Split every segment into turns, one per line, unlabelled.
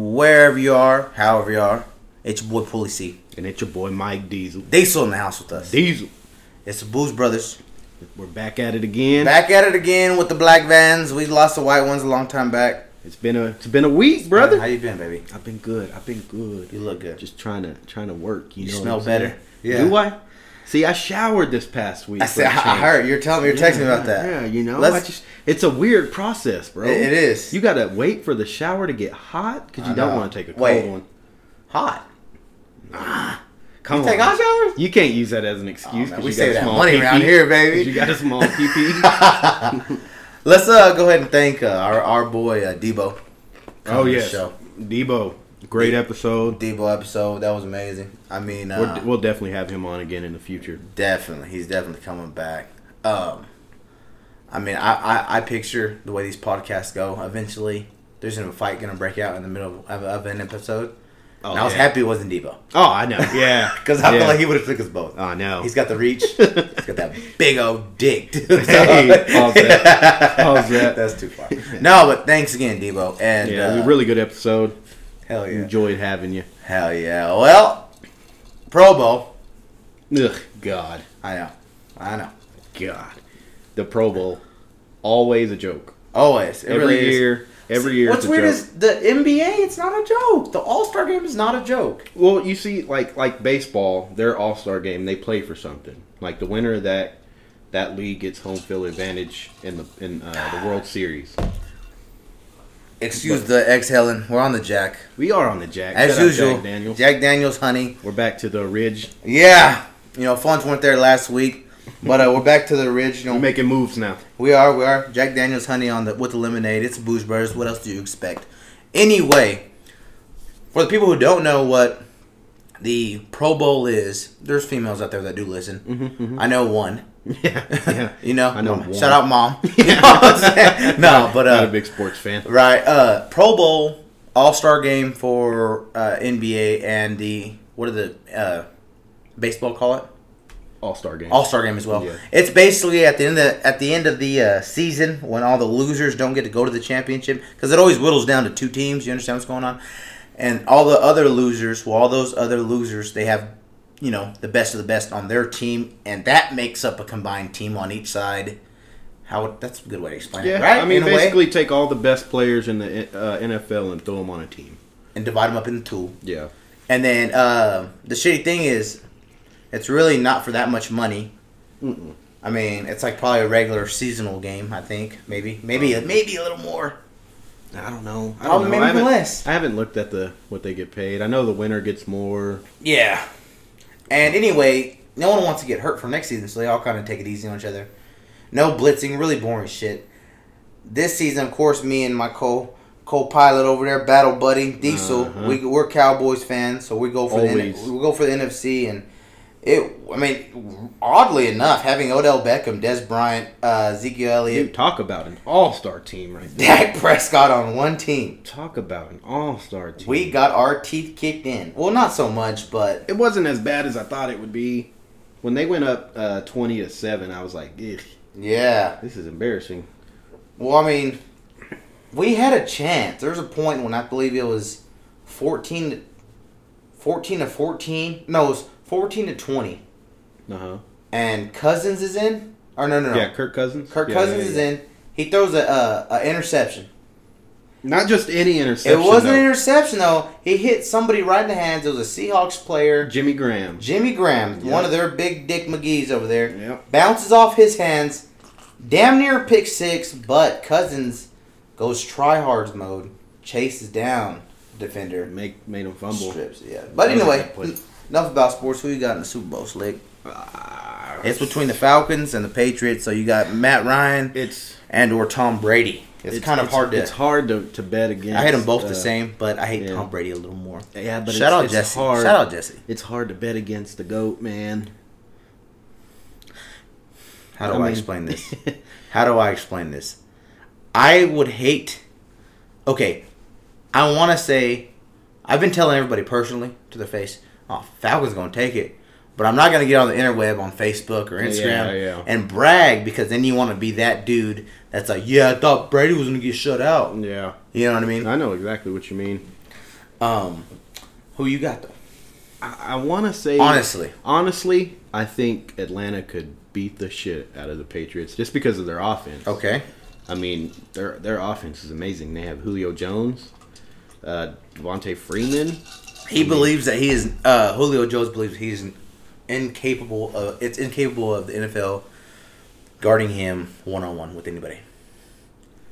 you are, however you are, it's your boy Pulley C.
And it's your boy Mike Diesel.
They still in the house with us.
Diesel.
It's the Booze Brothers.
We're back at it again.
Back at it again with the black vans. We lost the white ones a long time back.
It's been a it's been a week, brother.
How you been, baby?
I've been good. I've been good.
You look good.
Just trying to trying to work. You,
You
know what
smell
I'm saying?
better. Yeah.
Do I? See, I showered this past week.
I
for a
said I
change.
heard you're telling me you're
Yeah,
texting me about
yeah,
that.
Yeah, you know,
Let's-
I just, it's a weird process, bro.
It- it is.
You gotta wait for the shower to get hot because you
I
don't
know.
want to take a cold
Wait.
one.
hot.
Come
take
on.
hot showers? Oh,
You can't use that as an excuse.
man,
'cause
we
you got
save
a
that
small
money
pee-pee.
around here,
'Cause
baby.
You got a small PP.
Let's uh go ahead and thank uh, our our boy uh, Debo.
oh
on the
yes,
show.
Debo. Great episode.
Debo episode that was amazing. I mean, uh,
We're, we'll definitely have him on again in the future.
Definitely, he's definitely coming back. Um, I mean, I, I I picture the way these podcasts go. Eventually, there's a fight gonna break out in the middle of, of an episode.
Oh,
and I was
yeah.
happy it wasn't Debo
Oh, I know. Yeah,
because I
yeah. Oh,
feel like he would have took us both.
I know.
He's got the reach. he's got that big old dick. Dude.
Hey, pause that. Pause that.
That's too far. No, but thanks again, Debo. And
yeah, it was
uh,
a really good episode.
hell yeah,
Enjoyed having you.
hell yeah. Well, Pro Bowl.
Ugh, God,
I know, I know.
God, the Pro Bowl, always a joke.
Always, it
every
really is.
year, every year.
What's
it's a
weird
joke.
is the NBA. It's not a joke. The All Star Game is not a joke.
well, you see, like like baseball, their All Star game, they play for something. Like the winner of that that league gets home field advantage in the in uh, the World Series.
Excuse the exhaling. We're on the Jack
We are on the Jack
as
Shout out
usual.
Jack Daniel.
Daniels, honey.
We're back to the ridge.
Yeah, you know, funds weren't there last week, but uh, we're back to the original.
We're making moves now.
We are, we are. Jack Daniels honey on the with the lemonade. It's Booze Brothers. What else do you expect? Anyway, for the people who don't know what the Pro Bowl is, there's females out there that do listen. I know one.
Yeah, yeah.
You know,
Mm-hmm, I know
Mom.
one.
shout out mom. You know what I'm saying? no, but
Not a
uh,
big sports fan.
right, uh, Pro Bowl All Star Game for uh, NBA and the what are the uh, baseball call it?
All star game.
All Star Game as well.
Yeah.
It's basically at the end of at the end of the uh, season when all the losers don't get to go to the championship because it always whittles down to two teams. You understand what's going on, and all the other losers, well, all those other losers, they have you know the best of the best on their team, and that makes up a combined team on each side. How that's a good way to explain
yeah,
it, right?
I mean,
In a way.
basically, take all the best players in the uh, NFL and throw them on a team.
and divide them up into two.
Yeah,
And then uh, the shitty thing is, it's really not for that much money. I mean, it's like probably a regular seasonal game. I think maybe, maybe, maybe a little more.
I don't know. Um, I
Oh,
don't know.
maybe
I haven't,
less.
I haven't looked at the what they get paid. I know the winner gets more.
Yeah. And anyway, no one wants to get hurt for next season, so they all kind of take it easy on each other. No blitzing, really boring shit. This season, of course, me and my co co-pilot over there, battle buddy Diesel,
Uh-huh.
we we're Cowboys fans, so we go for the N-
Always.
we go for the NFC and. It, I mean, oddly enough, having Odell Beckham, Des Bryant, uh, Ezekiel
You
Elliott,
talk about an all star team right there.
Dak Prescott on one team,
Talk about an all star team.
we got our teeth kicked in. Well, not so much, but
it wasn't as bad as I thought it would be. When they went up uh, twenty to seven, I was like, "Ugh,
yeah.
this is embarrassing."
Well, I mean, we had a chance. There was a point when I believe it was 14 to, 14 to 14. No, it was 14 to 20.
Uh huh.
And Cousins is in? Or no, no, no.
Yeah, Kirk Cousins.
Kirk
Yeah,
Cousins
yeah,
is
yeah.
in. He throws a, a, a interception.
Not just any interception.
It wasn't
though.
an interception, though. He hit somebody right in the hands. It was a Seahawks player.
Jimmy Graham.
Jimmy Graham,
Yeah.
one of their big dick McGee's over there,
Yeah.
bounces off his hands, damn near pick six, but Cousins goes tryhards mode, chases down defender,
Make made him fumble.
strips. Yeah, but
That was a
anyway,
good play.
n- enough about sports. Who you got in the Super Bowl, Slick?
Ah,
It's between the Falcons and the Patriots, so you got Matt Ryan
it's
and or Tom Brady. It's, kind of hard to.
It's hard to, to bet against.
I hate them both
uh,
the same, but I hate
yeah.
Tom Brady a little more.
Yeah, but
Shout
it's,
out
it's
Jesse.
Hard,
Shout out Jesse.
It's hard to bet against the goat, man.
How do
I
I,
mean-
explain this? How do I explain this? I would hate. Okay, I want to say, I've been telling everybody personally to their face, "Oh, Falcons gonna take it," but I'm not gonna get on the interweb on Facebook or Instagram
yeah.
and brag because then you want to be that dude that's like, "Yeah, I thought Brady was gonna get shut out."
Yeah,
You know what I mean?
I know exactly what you mean.
Um, who you got though?
I, I want to say
Honestly.
honestly, I think Atlanta could beat the shit out of the Patriots just because of their offense.
Okay.
I mean, their their offense is amazing. They have Julio Jones, uh, Devontae Freeman.
He believes that he is uh, Julio Jones believes he's incapable of it's incapable of the NFL guarding him one on one with anybody.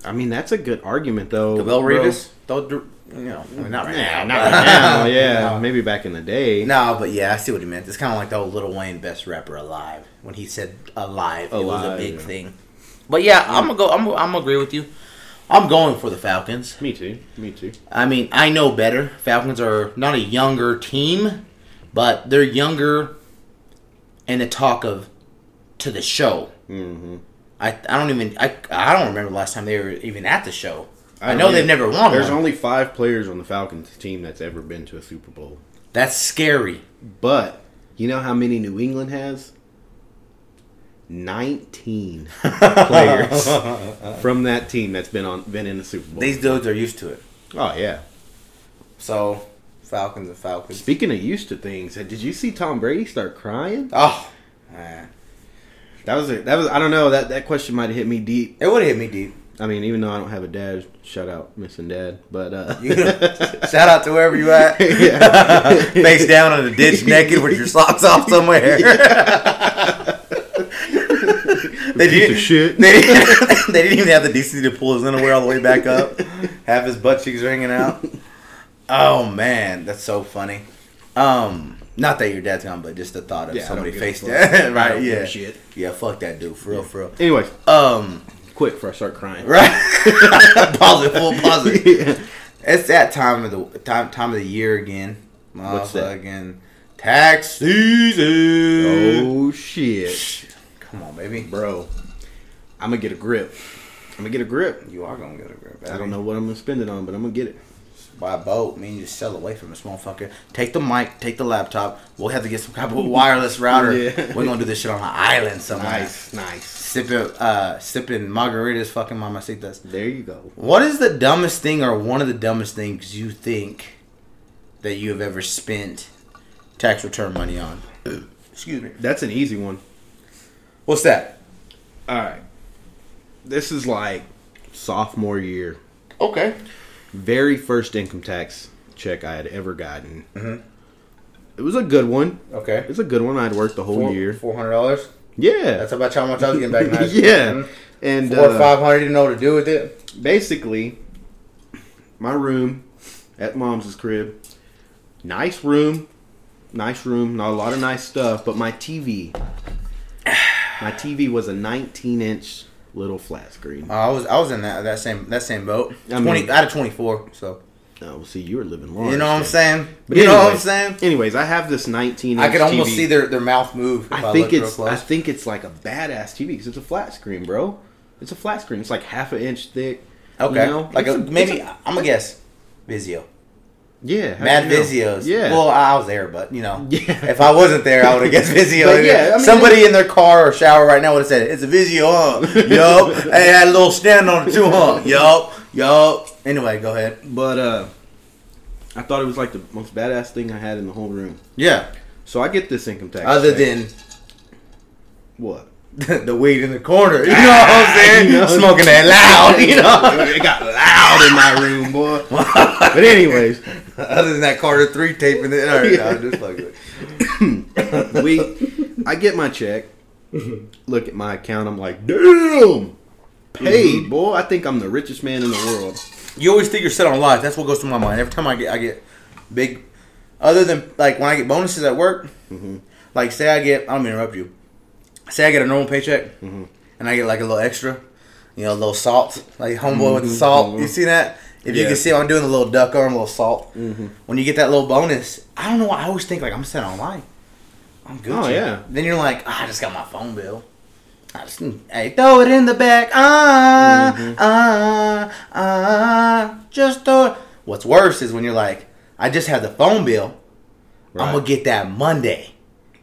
I mean, that's a good argument though.
Gabriel
bro.
Revis, don't do, you know, I mean, not right now.
Nah, not right now. Yeah,
No.
maybe back in the day.
No, but yeah, I see what he meant. It's kind of like the old Little Wayne best rapper alive when he said alive, it was a
Alive,
big
yeah.
thing. But yeah, I'm gonna go. I'm I'm gonna agree with you. I'm going for the Falcons.
Me too. Me too.
I mean, I know better. Falcons are not a younger team, but they're younger in the talk of to the show.
Mm-hmm.
I I don't even I I don't remember the last time they were even at the show. I,
don't
know they've
either.
never won.
There's
one.
only five players on the Falcons team that's ever been to a Super Bowl.
That's scary.
But you know how many New England has? 19 players from that team that's been on been in the Super Bowl.
These dudes are used to it.
oh yeah.
So Falcons and Falcons.
Speaking of used to things, uh, did you see Tom Brady start crying?
Oh, man.
That was a, that was I don't know that that question might have hit me deep.
it would hit me deep.
I mean, even though I don't have a dad, shout out missing dad, but uh
Shout out to wherever you at.
Yeah.
Uh, Face down in the ditch, naked with your socks off somewhere. they
piece
didn't.
of shit.
They, they didn't even have the decency to pull his underwear all the way back up. Have his butt cheeks hanging out. Oh man, that's so funny. Um, not that your dad's gone, but just the thought of
Yeah, I
somebody
don't give a
face
fuck.
down,
I
right?
don't give a
Yeah,
shit.
yeah. Fuck that dude, for real, for real.
Anyways,
Um,
quick before I start crying.
right. pause it, full pause it.
Yeah.
It's that time of the time time of the year again.
What's that?
Motherfucking tax season.
Oh shit.
Come on, baby.
Bro, I'm gonna get a grip. I'm gonna get a grip.
You are gonna get a grip.
I don't know what I'm gonna spend it on, but I'm gonna get it.
Buy a boat, man. You just sell away from this motherfucker. Take the mic, take the laptop. We'll have to get some kind of wireless router.
Yeah.
We're gonna do this shit on an island somewhere.
Nice, nice.
Sipping, uh, sipping margaritas, fucking mamacitas.
There you go.
What is the dumbest thing or one of the dumbest things you think that you have ever spent tax return money on? Excuse me.
That's an easy one.
What's that?
All right. This is like sophomore year,
Okay.
very first income tax check I had ever gotten.
Mm-hmm.
It was a good one.
Okay.
It's a good one. I'd worked the whole year.
Four hundred dollars.
Yeah.
That's about how much I was getting back. in high school.
yeah.
Mhm.
And
Four or
uh,
five hundred. Didn't know what to do with it.
basically, my room at mom's crib. Nice room, nice room, not a lot of nice stuff, but my TV. My TV was a 19 inch little flat screen.
Uh, I was I was in that that same that same boat.
I mean-
Twenty out of twenty four. So
Oh, see, you were living large.
you know what I'm
then.
saying.
But
you know what I'm
anyways-
saying.
Anyways, I have this 19 inch
I could almost
TV.
see their, their mouth move. If I,
I think
looked real
it's I
close.
think it's like a badass TV because it's a flat screen, bro. It's a flat screen. It's like half an inch thick. you
okay.
know?
Like
It's
a,
it's
maybe i am I'm gonna guess Vizio.
yeah, how
Mad
do you know?
Vizios.
Yeah,
Well, I was there, but you know,
Yeah.
if I wasn't there, I would have guessed Vizio.
But yeah, I mean,
Somebody in their car or shower right now would have said, "It's a Vizio, huh? yup. Hey, had a little stand on it too, huh? Yup, yup." Anyway, go ahead.
But uh I thought it was like the most badass thing I had in the whole room.
Yeah.
So I get this income tax.
Other
check.
than
what?
the weed in the corner, you know what I'm saying?
You know.
Smoking that loud, you know.
it got loud in my room, boy. but anyways,
Other than that Carter three tape in the all right, no, just like it.
we I get my check. Look at my account. I'm like, damn, paid,
Mm-hmm.
boy. I think I'm the richest man in the world.
You always think you're set on life. That's what goes through my mind every time I get I get big. Other than like when I get bonuses at work,
Mm-hmm.
like say I get I don't mean to interrupt you. Say I get a normal paycheck
Mm-hmm.
and I get like a little extra, you know, a little salt, like homeboy with the salt. You see that? If you
Mm-hmm. Yeah. Mm-hmm.
can see, I'm doing the little duck arm, little salt. When you get that little bonus, I don't know. why I always think like I'm set on life. I'm good.
Oh, yeah.
Then you're like, "Ah, I just got my phone bill. I just hey, throw it in the back. Ah,
Mm-hmm.
ah, ah. Just throw it. What's worse is when you're like, I just had the phone bill.
Right.
I'm gonna get that Monday.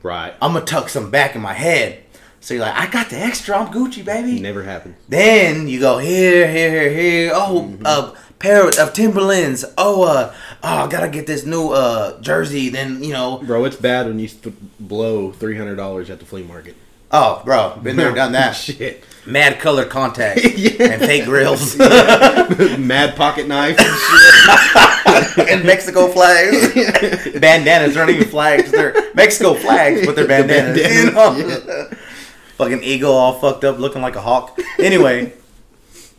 Right.
I'm gonna tuck some back in my head. So you're like, I got the extra. I'm Gucci, baby.
Never happened. Mm-hmm.
Then you go here, here, here, here. Oh, uh, pair of Timberlands. Oh, uh, oh, I gotta get this new uh jersey. Then you know,
Bro, it's bad when you th- blow three hundred dollars at the flea market.
oh, bro, been there, done that.
Shit.
Mad color contacts
Yeah.
and fake grills
Mad pocket knife.
and Mexico flags, bandanas. They're not even flags. They're Mexico flags, but they're
The
bandanas. you
bandanas,
know? Fucking eagle, all fucked up, looking like a hawk. Anyway,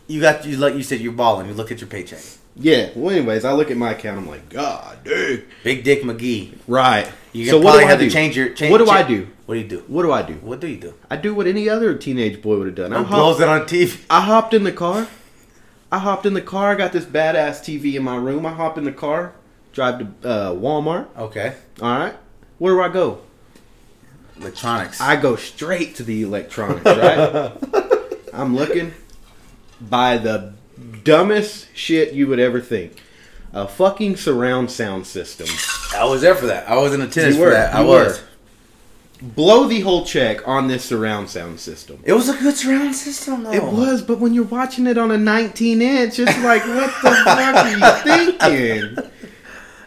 you got you like you said you're balling. You look at your paycheck.
yeah. Well, anyways, I look at my account. I'm like, God, dang.
Big Dick McGee.
Right.
You so probably have to change your. Change,
what do I
cha-
do?
What do you do?
What do I do?
What do you do?
I do what any other teenage boy would have done. I,
Who
hop-
blows it on TV?
I hopped in the car. I hopped in the car. I got this badass TV in my room. I hop in the car, drive to uh, Walmart.
Okay.
All right. Where do I go?
Electronics.
I go straight to the electronics, right? I'm looking by the dumbest shit you would ever think. A fucking surround sound system.
I was there for that. I was in attendance
You were,
for that. I
you
was.
were. Blow the whole check on this surround sound system.
It was a good surround system, though.
It was, but when you're watching it on a 19 inch, it's like, what the fuck are you thinking?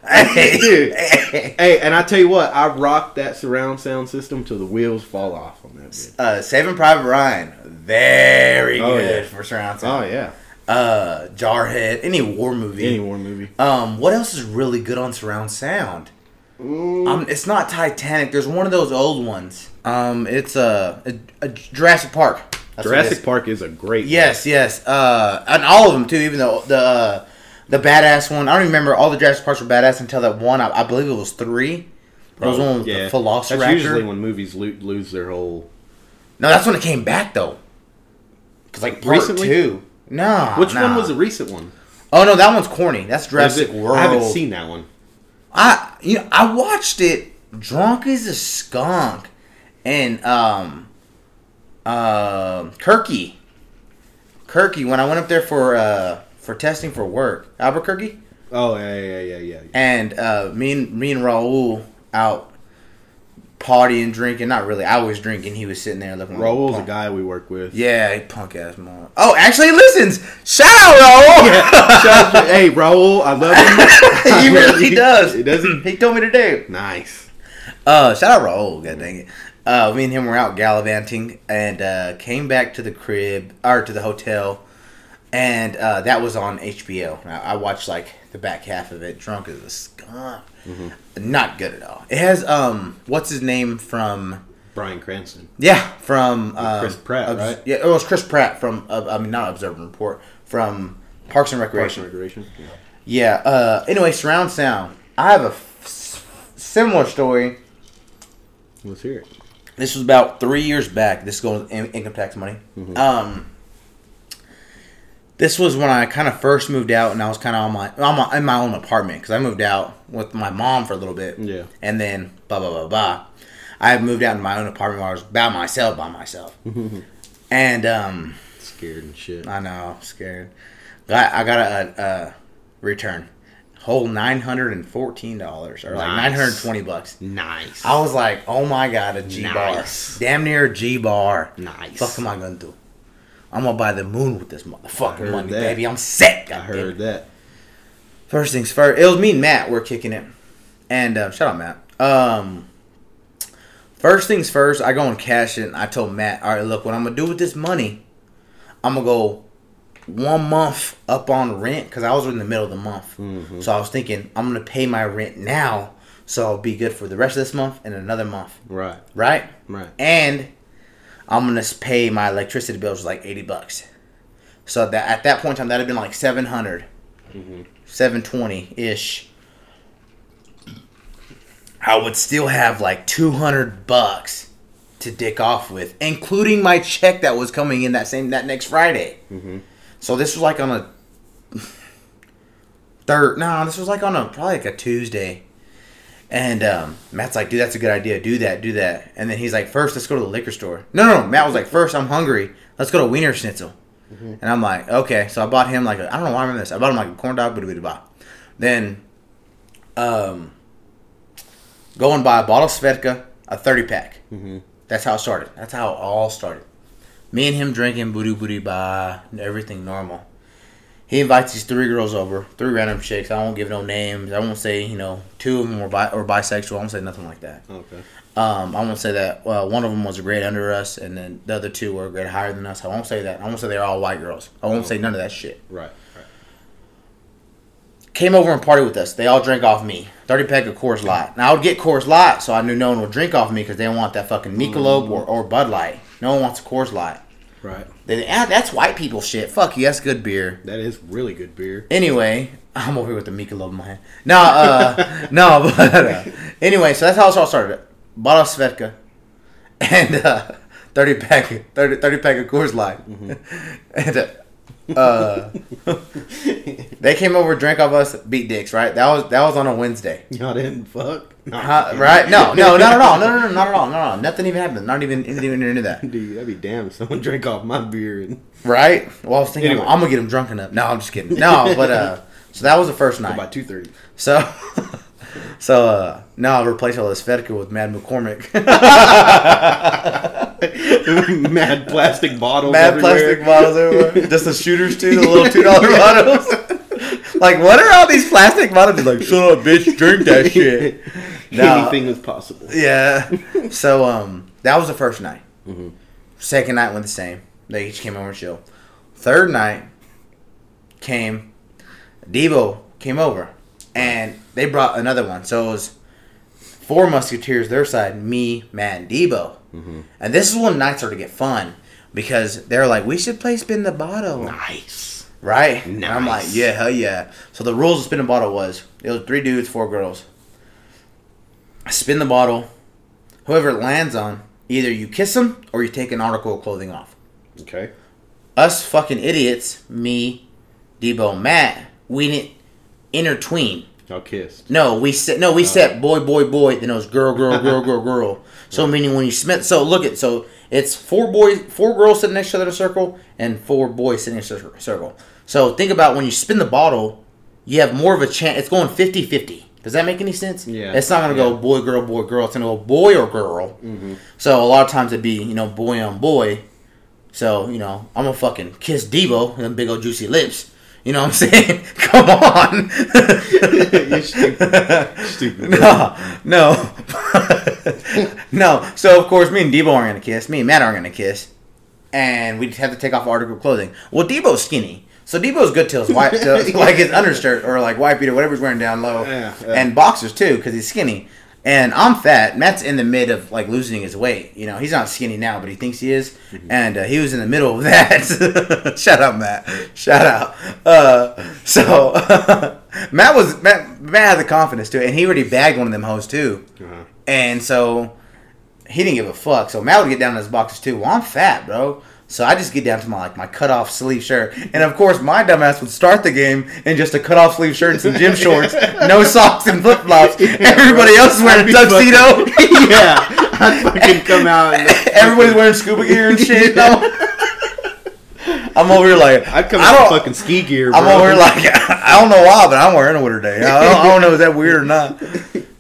Hey.
Dude. Hey, and I tell you what, I rocked that surround sound system till the wheels fall off on that bitch.
Uh, Saving Private Ryan. Very
Oh,
good
yeah.
for surround
Oh,
sound.
yeah.
Uh, Jarhead. Any war movie.
Any war movie.
Um, what else is really good on surround sound? Um, it's not Titanic. There's one of those old ones. Um, it's uh, a, a Jurassic Park. That's what it is.
Jurassic Park is a great
Yes, yes. Uh, and all of them too. Even though the uh, the badass one, I don't even remember all the Jurassic Parks were badass until that one. I, I believe it was three. There was one with
Oh, Yeah.
the Velociraptor.
That's usually when movies lo- lose their whole.
no, that's when it came back though. Because like part
Recently?
two. No.
Which
Oh, nah.
one was the recent one?
Oh no, that one's corny. That's
Is
Jurassic
it-
World.
I haven't seen that one.
I you know I watched it drunk as a skunk, and um, um, Kirky, Kirky. When I went up there for uh for testing for work, Albuquerque,
Oh yeah, yeah, yeah, yeah. yeah.
and uh, me and me and Raul out partying, drinking. Not really. I was drinking. He was sitting there looking. like
Raul's a
punk.
guy we work with.
Yeah, he punk ass mom. Oh, actually, he listens. Shout out, Raul.
Shout out to- hey, Raul, I love you.
he really does.
He doesn't.
He told me today.
Nice.
Uh, shout out Raul, god dang it. Uh, me and him were out gallivanting and uh, came back to the crib or to the hotel, and uh, that was on HBO. Now, I watched like the back half of it, drunk as a skunk. Not good at all. It has um, what's his name from?
Brian Cranston.
Yeah, from um,
Chris Pratt,
Obs-
right?
Yeah, it was Chris Pratt from uh, I mean not Observe and Report from Parks and
Parks
Recreation.
and Recreation. Yeah.
Yeah. Uh, anyway, surround sound. I have a f- s- similar story.
Let's hear it.
This was about three years back. This is going with in- income tax money.
Mm-hmm.
Um, this was when I kind of first moved out, and I was kind of on my, on my in my own apartment because I moved out with my mom for a little bit.
Yeah.
and then blah blah blah blah. I had moved out in my own apartment where I was by myself, by myself, and um,
Scared and shit.
I know, I'm scared. Got I got a, a, a return, whole nine hundred and fourteen dollars or like
Nice.
nine hundred twenty bucks.
Nice.
I was like, oh my god, a G
Nice.
bar. Damn near a G bar.
Nice.
Fuck am I gonna do? I'm gonna buy the moon with this motherfucking
heard
money,
that.
baby. I'm set. God
I
damn
heard
it.
that.
First things first. It was me and Matt. We're kicking it. And uh, shout out Matt. Um, first things first. I go and cash it. And I told Matt, all right, look, what I'm gonna do with this money, I'm gonna go one month up on rent because I was in the middle of the month.
Mm-hmm.
So I was thinking I'm gonna pay my rent now, so I'll be good for the rest of this month and another month
Right.
right?
Right.
And I'm gonna s- pay my electricity bills like eighty bucks. So that at that point in time, that'd have been like 700 720 ish. I would still have like two hundred bucks to dick off with, including my check that was coming in that same that next Friday. So this was like on a third. No, this was like on a probably like a Tuesday. And um, Matt's like, dude, that's a good idea. Do that, do that. And then he's like, first, let's go to the liquor store. No, no, no. Matt was like, first, I'm hungry. Let's go to Wiener Schnitzel. And I'm like, okay. So I bought him like, a, I don't know why I remember this. I bought him like a corn dog, but it blah. Then, um, go and buy a bottle of Svedka, a 30 pack. That's how it started. That's how it all started. Me and him drinking, booty booty ba, everything normal. he invites these three girls over, three random chicks. I won't give no names. I won't say you know two of them were bi- or bisexual. I won't say nothing like that.
Okay.
Um, I won't say that uh, one of them was a grade under us, and then the other two were a grade higher than us. I won't say that. I won't say they're all white girls. I won't say none of that shit.
Right. Right.
Came over and party with us. They all drank off me. Thirty pack of Coors Light. Now I would get Coors Light, so I knew no one would drink off me because they don't want that fucking Michelob or, or Bud Light. No one wants a Coors Light.
Right.
They, ah, that's white people shit. Fuck you. That's good beer.
That is really good beer.
Anyway, I'm over here with the Michelob in my hand. No, uh, no, but uh, anyway, so that's how it all started. Bottle of Svedka and uh, 30 pack 30, 30 pack of Coors Light. and uh, uh, they came over, drank off us, beat dicks, right? That was that was on a Wednesday.
Y'all didn't fuck. No, I'm
Huh,
kidding.
right? No, no, not at all. No, no, no, not at all. No, no, nothing even happened. Not even anything even into that.
Dude, that'd be damn if someone drank off my beer. And
Right? Well, I was thinking,
Anyway.
I'm gonna get them drunk enough. No, I'm just kidding. No, but uh, so that was the first night.
by two thirty.
So, so uh, now I'll replace all this Fedka with Mad McCormick.
Mad plastic bottles.
Mad
everywhere.
plastic bottles everywhere. Just the shooters too, the little two dollar bottles. like, what are all these plastic bottles? He's like, shut up, bitch, drink that shit. No.
Anything was possible.
Yeah. So um, that was the first night. Second night went the same. They each came over and chill. Third night came. Debo came over, and they brought another one. So it was four musketeers their side, me, Matt, and Debo. And this is when nights started to get fun because they're like, we should play spin the bottle.
Nice.
Right? And I'm like,
Nice.
yeah, hell yeah. So the rules of spin the bottle was it was three dudes, four girls. Spin the bottle. Whoever it lands on, either you kiss them or you take an article of clothing off.
Okay.
Us fucking idiots, me, Debo, Matt, we didn't intertween.
Y'all kissed.
No, we set no, we set boy, boy, boy. Then it was girl, girl, girl, girl, girl. So meaning when you smith, so look at so it's four boys, four girls sitting next to each other in a circle, and four boys sitting in a cir- circle. So think about when you spin the bottle, you have more of a chance. It's going 50-50. Does that make any sense?
Yeah.
It's not going to go boy, girl, boy, girl. It's going to go boy or girl. Mm-hmm. So a lot of times it'd be you know boy on boy. So you know I'm gonna fucking kiss Debo and them big old juicy lips. You know what I'm saying? Come on.
You're stupid. stupid.
No, no, no. So of course, me and Debo aren't gonna kiss. Me and Matt aren't gonna kiss, and we just have to take off article clothing. Well, Debo's skinny, so Debo's good till his wipe, till, like his undershirt or like wipe beat or whatever he's wearing down low,
Yeah, yeah.
and boxers too because he's skinny. And I'm fat. Matt's in the mid of like losing his weight. You know, he's not skinny now, but he thinks he is,
Mm-hmm.
and uh, he was in the middle of that. Shout out, Matt. Shout out. Uh, so Matt was Matt, Matt had the confidence too, and he already bagged one of them hoes too.
Uh-huh.
And so he didn't give a fuck. So Matt would get down to his boxers too. Well, I'm fat, bro. So I just get down to my like my cut off sleeve shirt, and of course my dumbass would start the game in just a cut off sleeve shirt and some gym shorts, no socks and flip flops. Everybody else is wearing a tuxedo.
yeah. I fucking come out. And
Everybody's wearing scuba gear and shit. No. I'm over here like
I'd come
I
out in
don't-
fucking ski gear. Bro.
I'm over here like I don't know why, but I'm wearing it with her today. I don't, I don't know is that weird or not.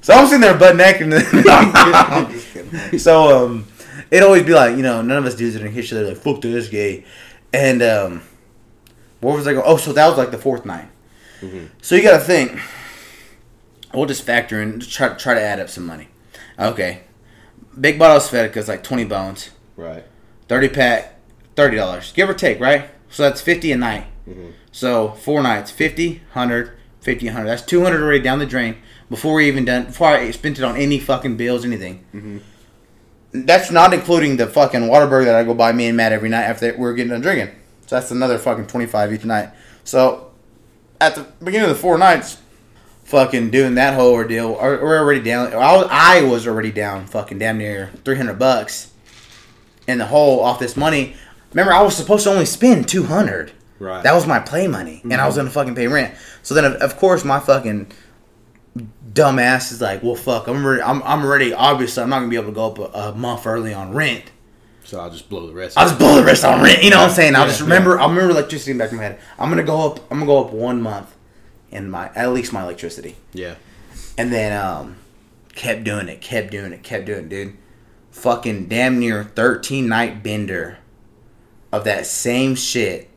So I'm sitting there butt naked. I'm just kidding. so um, it'd always be like you know none of us dudes are in history. They're like fuck this gay, and um, where was I going? Oh, so that was like the fourth night. So you got to think. We'll just factor in just try try to add up some money. Okay, big bottle of Svedka is like twenty bones.
right.
30 pack, thirty dollars, give or take, right? So that's fifty a night. So four nights, 50, 100, 50, 100. That's two hundred already down the drain before we even done. Before I spent it on any fucking bills, anything. That's not including the fucking Waterburg that I go buy me and Matt every night after we're getting done drinking. So that's another fucking twenty five each night. So at the beginning of the four nights, fucking doing that whole ordeal, or- we're already down. I was, I was already down fucking damn near three hundred bucks in the hole off this money. Remember, I was supposed to only spend two hundred.
Right.
That was my play money, and I was gonna fucking pay rent. So then, of, of course, my fucking dumbass is like, "Well, fuck, I'm already, I'm, I'm already. Obviously, I'm not gonna be able to go up a, a month early on rent.
So I'll just blow the rest.
I'll just blow the rest on rent. You know what I'm saying? I'll
Yeah,
just
yeah.
remember. I'll remember electricity in the back of my head. I'm gonna go up. I'm gonna go up one month, in my at least my electricity.
yeah.
And then um, kept doing it, kept doing it, kept doing it, dude. Fucking damn near 13 night bender of that same shit.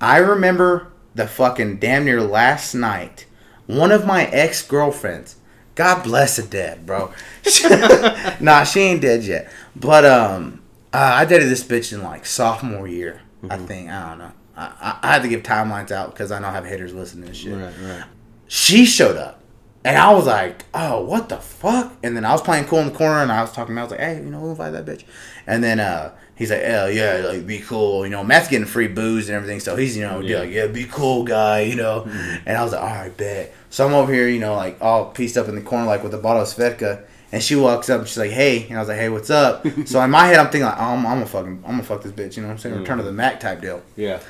I remember the fucking damn near last night, one of my ex girlfriends, God bless her dead, bro. nah, she ain't dead yet. But um, uh, I dated this bitch in like sophomore year, I think. I don't know. I, I, I had to give timelines out because I know I have haters listening to shit
Right, right.
she showed up. And I was like, oh, what the fuck? And then I was playing cool in the corner and I was talking to him. I was like, hey, you know, who invited that bitch? And then uh, he's like, oh, yeah, like, be cool. You know, Matt's getting free booze and everything. So he's, you know,
Yeah.
like, yeah, be cool, guy, you know. And I was like, all right, bet. So I'm over here, you know, like all pieced up in the corner, like with a bottle of Svedka. And she walks up and she's like, hey. And I was like, hey, what's up? so in my head, I'm thinking, like, oh, I'm, I'm going to fucking, I'm going to fuck this bitch. You know what I'm saying? Return of the Mac type deal
Yeah.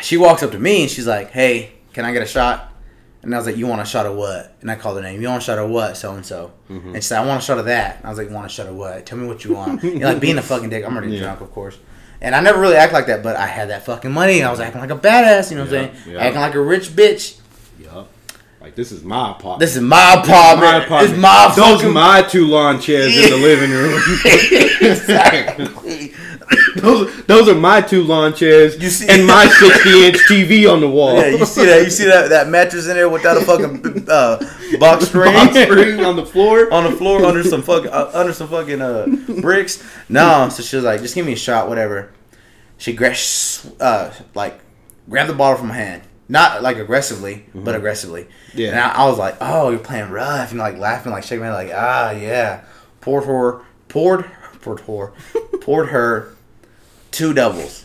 she walks up to me and she's like, "Hey, can I get a shot?" And I was like, "You want a shot of what?" And I called her name. You want a shot of what? So and so.
Mm-hmm.
And she said, "I want a shot of that." And I was like, "Want a shot of what? Tell me what you want." and like being a fucking dick, I'm already
Yeah.
drunk, of course. And I never really act like that, but I had that fucking money. And I was acting like a badass. You know what
Yeah,
I'm saying?
yeah.
Acting like a rich bitch.
Yup. Like this is my apartment.
This is my apartment.
my apartment.
It's my
Those are
fucking
my two lawn chairs in the
Yeah.
living room.
exactly.
those those are my two lawn chairs
You see-
and my sixty inch TV on the wall.
Yeah, you see that? You see that that mattress in there without a fucking uh, box spring?
Box spring on the floor.
on the floor under some fucking uh, under some fucking uh, bricks. No, so she was like, "Just give me a shot, whatever." She gra- s- uh like grabbed the bottle from my hand, not like aggressively, but aggressively.
Yeah.
And I, I was like, "Oh, you're playing rough," and like laughing, like shaking my head, like, "Ah, yeah." Poured her, poured, poured her, poured her two doubles,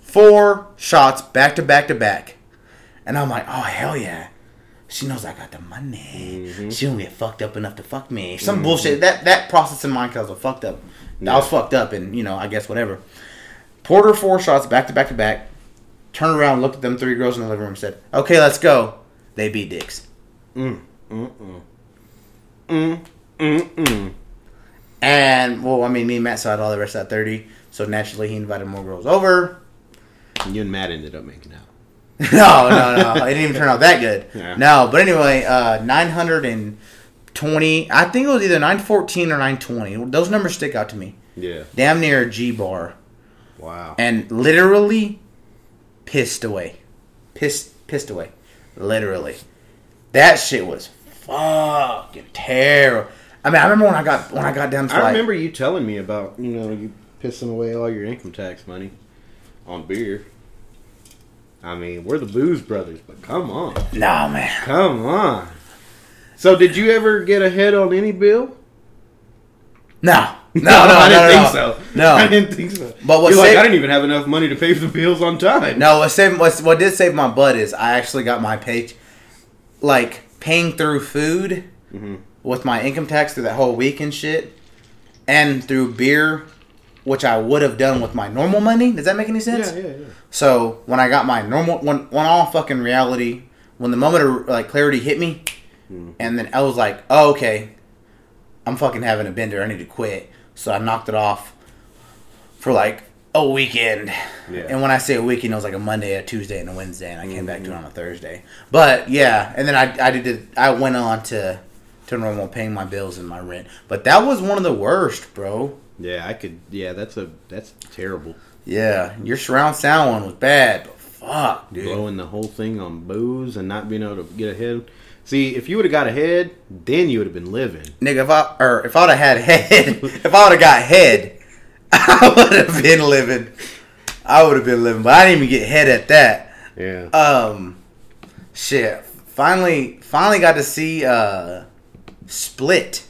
four shots back to back to back, and I'm like, "Oh hell yeah." She knows I got the money. She don't get fucked up enough to fuck me. Some bullshit. That that process in mind because I was fucked up. I was fucked up, and you know, I guess whatever. Porter four shots back to back to back. Turned around, looked at them three girls in the living room, said, "Okay, let's go." They beat dicks,
Mm-mm.
and well, I mean, me and Matt saw it all the rest of that thirty. So naturally, he invited more girls over.
You and Matt ended up making out.
no, no, no. It didn't even turn out that good.
Yeah.
No, but anyway, uh, 920. I think it was either 914 or 920. Those numbers stick out to me.
Yeah.
Damn near a G bar.
Wow.
And literally pissed away. Pissed, pissed away. Literally. That shit was fucking terrible. I mean, I remember when I got when I got down to
I
like,
remember you telling me about you know you pissing away all your income tax money on beer. I mean, we're the booze brothers, but come on,
nah, man.
come on. So, did you ever get ahead on any bill?
No, no, no, no,
I didn't
no,
think
no.
so.
No,
I didn't think so.
But what
You're like,
sa-
I didn't even have enough money to pay for the bills on time.
No, what saved what, what did save my butt is I actually got my pay, like paying through food
Mm-hmm.
with my income tax through that whole week and shit, and through beer, which I would have done with my normal money. Does that make any sense?
Yeah, yeah, yeah.
So when I got my normal, when when all fucking reality, when the moment of like clarity hit me, and then I was like, oh, okay, I'm fucking having a bender. I need to quit. So I knocked it off for like a weekend.
Yeah.
And when I say a weekend, it was like a Monday, a Tuesday, and a Wednesday, and I came back to it on a Thursday. But yeah, and then I I did I went on to to normal paying my bills and my rent. But that was one of the worst, bro.
Yeah, I could. Yeah, that's a that's terrible.
Yeah, your surround sound one was bad, but fuck, dude.
Blowing the whole thing on booze and not being able to get ahead. See, if you would have got ahead, then you would have been living.
Nigga, if I or if I would have had head, if I would have got head, I would have been living. I would have been living, but I didn't even get head at that.
Yeah.
Um, shit. Finally, finally got to see uh, Split,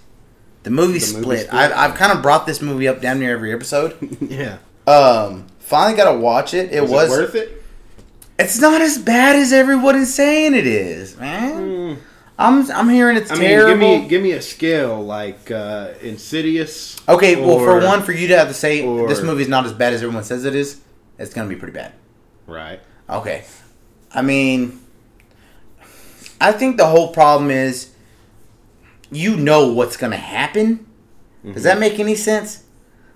the movie Split.
Split.
I, I've kind of brought this movie up damn near every episode.
yeah.
um, finally got to watch it. It was.
worth it?
It's not as bad as everyone is saying it is, man.
Mm.
I'm I'm hearing it's
I mean,
terrible.
give me give me a scale like uh, Insidious.
Okay, well, for
or-
one, for you to have to say
or-
this movie's not as bad as everyone says it is, it's gonna be pretty bad.
right?
Okay, I mean, I think the whole problem is you know what's gonna happen. Does that make any sense?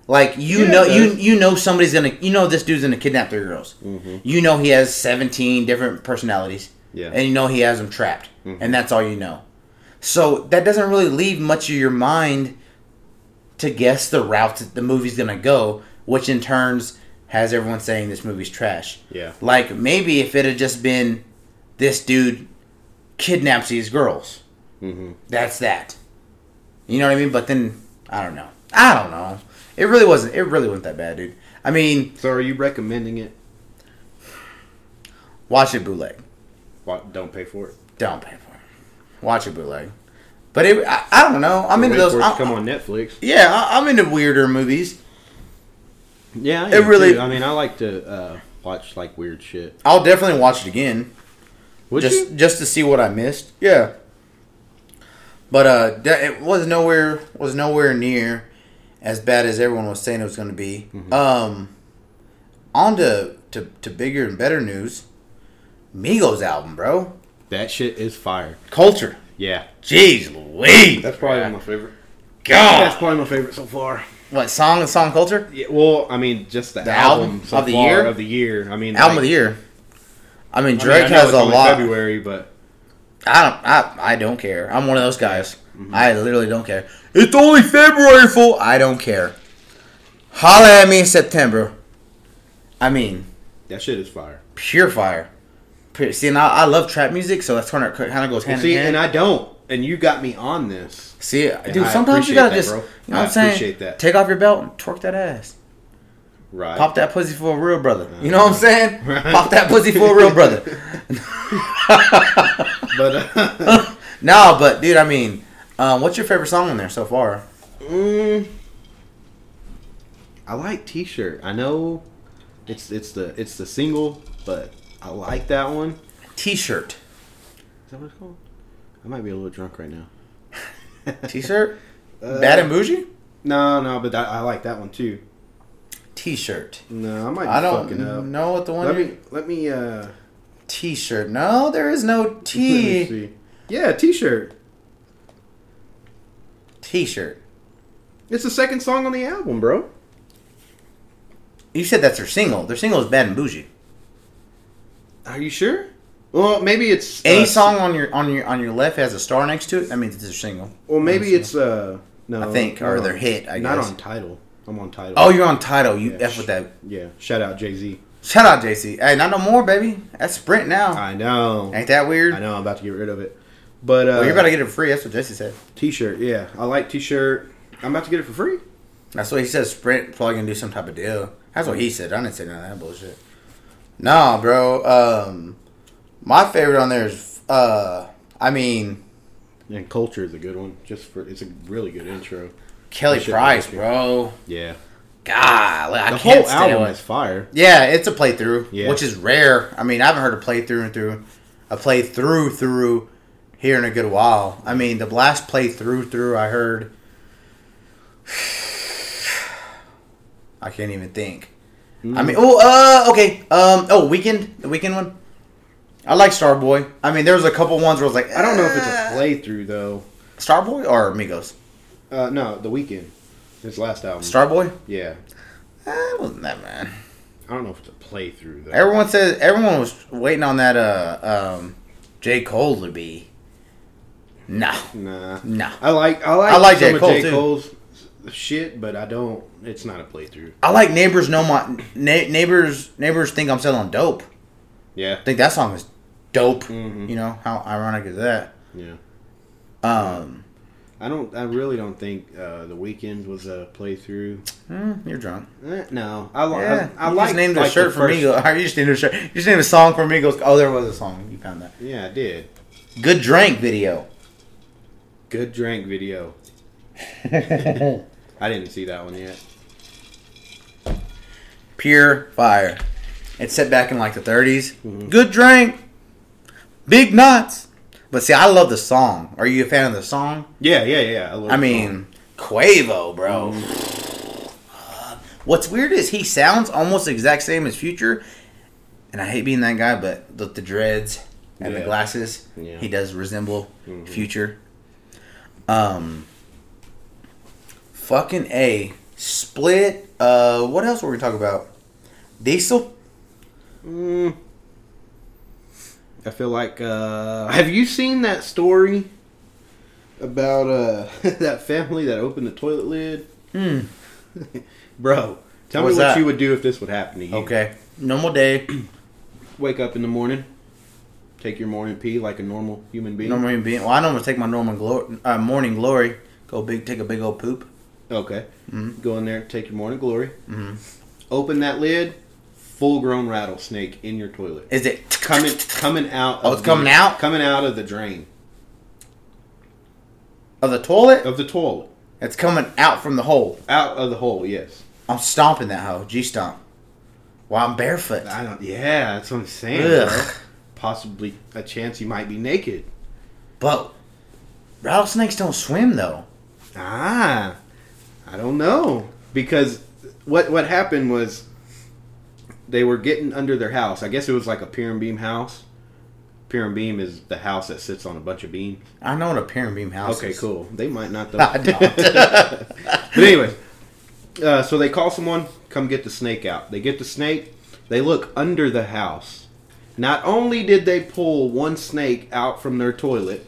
Like you
Mm-hmm.
know,
Yeah, it
you
does. Mm-hmm.
you know somebody's gonna, you know this dude's gonna kidnap three girls. You know he has seventeen different personalities.
Yeah. Mm-hmm.
and you know he has them trapped, and that's all you know. So that doesn't really leave much of your mind to guess the route that the movie's gonna go, which in turns has everyone saying this movie's trash.
Yeah.
Like maybe if it had just been this dude kidnaps these girls.
Mm-hmm.
That's that. You know what I mean? But then I don't know. I don't know. It really wasn't. It really wasn't that bad, dude. I mean,
So are you recommending it?
watch it bootleg.
What, don't pay for it.
Don't pay for it. Watch it bootleg. But it, I, I don't know. I'm
Or
into
wait
those.
for it to
I,
come on Netflix.
Yeah, I, I'm into weirder movies.
Yeah, I
It
am
really-
too. I mean, I like to uh, watch like weird shit.
I'll definitely watch it again
Would
just
you?
just to see what I missed. Yeah. But uh, da- it was nowhere was nowhere near as bad as everyone was saying it was going to be.
Mm-hmm.
Um, on to, to to bigger and better news. Migos album, bro.
That shit is fire.
Culture.
Yeah,
Jeez Louise.
that's probably my favorite. That's
God.
probably my favorite so far.
What song and song culture?
Yeah, well, I mean, just the,
The
album,
album
so
of the
far,
year?
of the year. I mean,
Album of
like-
the year. I mean,
I mean, I
Drake
know
has
it's
a
only
lot.
February, but
I don't. I, I don't care. I'm one of those guys.
Mm-hmm.
I literally don't care. It's only February, fool. I don't care. Holla at me in September. I mean,
that shit is fire.
pure fire. Pure- See, and I, I love trap music, so that's when it kind of goes hand
See,
in hand.
and I don't, and you got me on this.
See, dude,
I
sometimes you
appreciate
gotta
that,
just,
bro.
you know what
I
I'm saying?
appreciate that.
Take off your belt and twerk that ass.
Right?
Pop that pussy for a real brother. You
Uh-huh.
know what I'm saying? Pop that pussy for a real brother.
But uh,
No, but dude, I mean, um, what's your favorite song on there so far?
mm, I like T-shirt. I know it's it's the it's the single, but I like that one.
T-shirt.
Is that what it's called? I might be a little drunk right now.
T-shirt.
Uh,
Bad and bougie.
No, no, but that, I like that one too.
T-shirt.
No, I might be
I
fucking up.
don't know what the one.
Let me let me uh
T-shirt. No, there is no
let me
T.
see. Yeah, T-shirt.
T-shirt.
It's the second song on the album, bro.
You said that's their single. Their single is bad and bougie.
Are you sure? Well, maybe it's
Any
uh,
song on your on your on your left has a star next to it. That means it's their single.
Well, maybe it's uh no.
I think, or
no,
their hit, I
not
guess.
on title. I'm on title.
Oh, you're on title. You
Yeah,
f with that.
yeah. Shout out Jay Z.
Shout out JC. Hey, not no more, baby. That's Sprint now.
I know.
Ain't that weird?
I know. I'm about to get rid of it. But uh,
Well, you're about to get it free. That's what JC said.
t-shirt. Yeah, I like t-shirt. I'm about to get it for free.
That's what he said. Sprint probably gonna do some type of deal. That's what he said. I didn't say none of that bullshit. Nah, bro. Um, my favorite on there is. Uh, I mean
And culture is a good one. Just for it's a really good intro.
Kelly
That shit
Price,
was good.
bro.
Yeah.
God, I
The
can't
whole
stand
album
it.
is fire.
Yeah, it's a playthrough,
Yeah.
which is rare. I mean, I haven't heard a playthrough and through, a playthrough through here in a good while. I mean, the last playthrough through I heard, I can't even think. I mean, oh, uh, okay, um, oh, weekend, the weekend one. I like Starboy. I mean, there was a couple ones where I was like,
I don't know if it's a
"Ah."
playthrough though.
Starboy or Amigos.
Uh, no, The Weeknd. His last album.
Starboy.
yeah.
Eh, it wasn't that bad.
I don't know if it's a playthrough though.
Everyone says everyone was waiting on that uh um J. Cole to be. No.
Nah.
No.
I like I like,
I like
some
J.
of
Cole,
J.
too.
Cole's shit, but I don't. It's not a playthrough.
I like neighbors know my na- neighbors neighbors think I'm selling dope.
Yeah.
I think that song is dope.
Mhm.
You know, how ironic is that?
Yeah.
Um
I don't. I really don't think uh, the weekend was a playthrough.
mm, you're drunk.
Eh, no, I, li-
Yeah,
I, I
you
like
just named a
like the
shirt for
first-
Migos. You just named a shirt. You just named a song for Migos. Oh, there was a song. You found that.
Yeah, I did.
Good drink video.
Good drink video. I didn't see that one yet.
pure fire. It's set back in like the 30s. Good drink, big nuts. But see, I love the song. Are you a fan of the song?
Yeah, yeah, yeah. love
I
the
mean, Quavo, bro.
Mm-hmm.
What's weird is he sounds almost the exact same as Future, and I hate being that guy, but with the dreads and the
Yeah.
glasses,
Yeah.
he does resemble
Mhm.
Future. Um, fucking a split. Uh, what else were we talking about? Diesel.
song. Mm. I feel like. Uh, have you seen that story about uh, that family that opened the toilet lid?
Hmm.
Bro, Tell
What's
me what
that?
you would do if this would happen to you.
Okay. Normal day.
Wake up in the morning, take your morning pee like a normal human being.
Normal human being. Well, I normally take my normal glory, uh, morning glory. Go big, take a big old poop.
Okay.
Mhm.
Go in there, take your morning glory.
Mhm.
Open that lid, full grown rattlesnake in your toilet.
Is it
Coming coming out
Oh, it's coming out?
Coming out of the drain.
of the toilet?
Of the toilet.
It's coming out from the hole.
Out of the hole, yes.
I'm stomping that hoe. G stomp. While I'm barefoot.
I don't yeah, that's what I'm saying.
Ugh.
bro. Possibly a chance you might be naked.
But rattlesnakes don't swim though.
Ah, I don't know because what what happened was they were getting under their house. I guess it was like a pier and beam house. Pier and beam is the house that sits on a bunch of beams.
I know what a pier and beam house
Okay,
is.
cool. They might not though.
I don't.
but anyway, uh, so they call someone, come get the snake out. They get the snake. They look under the house. Not only did they pull one snake out from their toilet,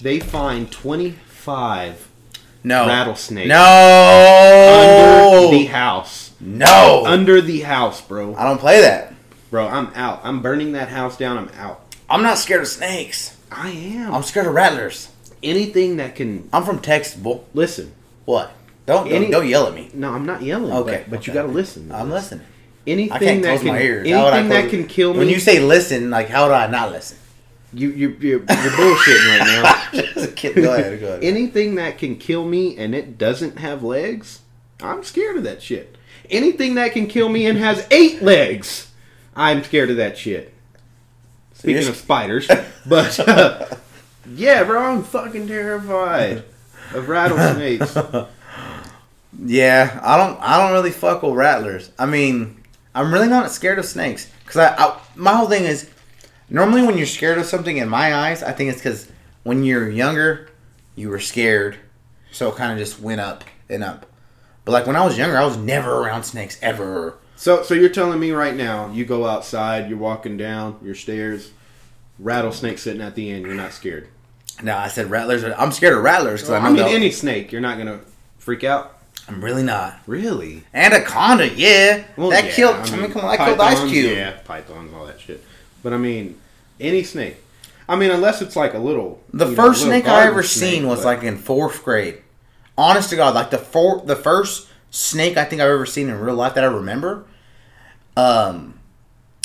they find twenty five
Oh, No.
Rattlesnake.
No.
under the house.
no.
Under the house, bro.
I don't play that.
Bro, I'm out. I'm burning that house down. I'm out.
I'm not scared of snakes.
I am.
I'm scared of rattlers.
Anything that can
I'm from Texas, boy.
listen.
What? Don't don't,
Any-
don't yell at me.
No, I'm not yelling.
Okay,
but, but you
okay.
gotta listen. to
I'm
this.
listening.
Anything
I can't
that
close
can,
my ears. How would I
Anything that
close-
can kill me.
When you say listen, like how do I not listen?
you you you're, you're bullshitting right now.
Just kidding. Go ahead. Go ahead.
Anything that can kill me and it doesn't have legs, I'm scared of that shit. Anything that can kill me and has eight legs, I'm scared of that shit. Speaking
you're-
of spiders, but uh, yeah, bro, I'm fucking terrified of rattlesnakes.
yeah, I don't. I don't really fuck with rattlers. I mean, I'm really not scared of snakes because I, I. My whole thing is, normally when you're scared of something, in my eyes, I think it's because when you're younger, you were scared, so it kind of just went up and up. But like when I was younger, I was never around snakes ever.
So, so you're telling me right now, you go outside, you're walking down your stairs, rattlesnake sitting at the end, you're not scared.
No, I said rattlers. Are, I'm scared of rattlers because I
I
know
mean,
they'll-
any snake, you're not gonna freak out.
I'm really not.
Really?
Anaconda, yeah.
Well,
that
yeah,
killed. I mean, come on, that killed Ice
pythons,
Cube.
Yeah, pythons, all that shit. But I mean, any snake. I mean, unless it's like a little.
The
you know,
first
little
snake I
garden
ever
snake,
seen was
but-
like in fourth grade. Honest to God, like the four, the first snake I think I've ever seen in real life that I remember. Um,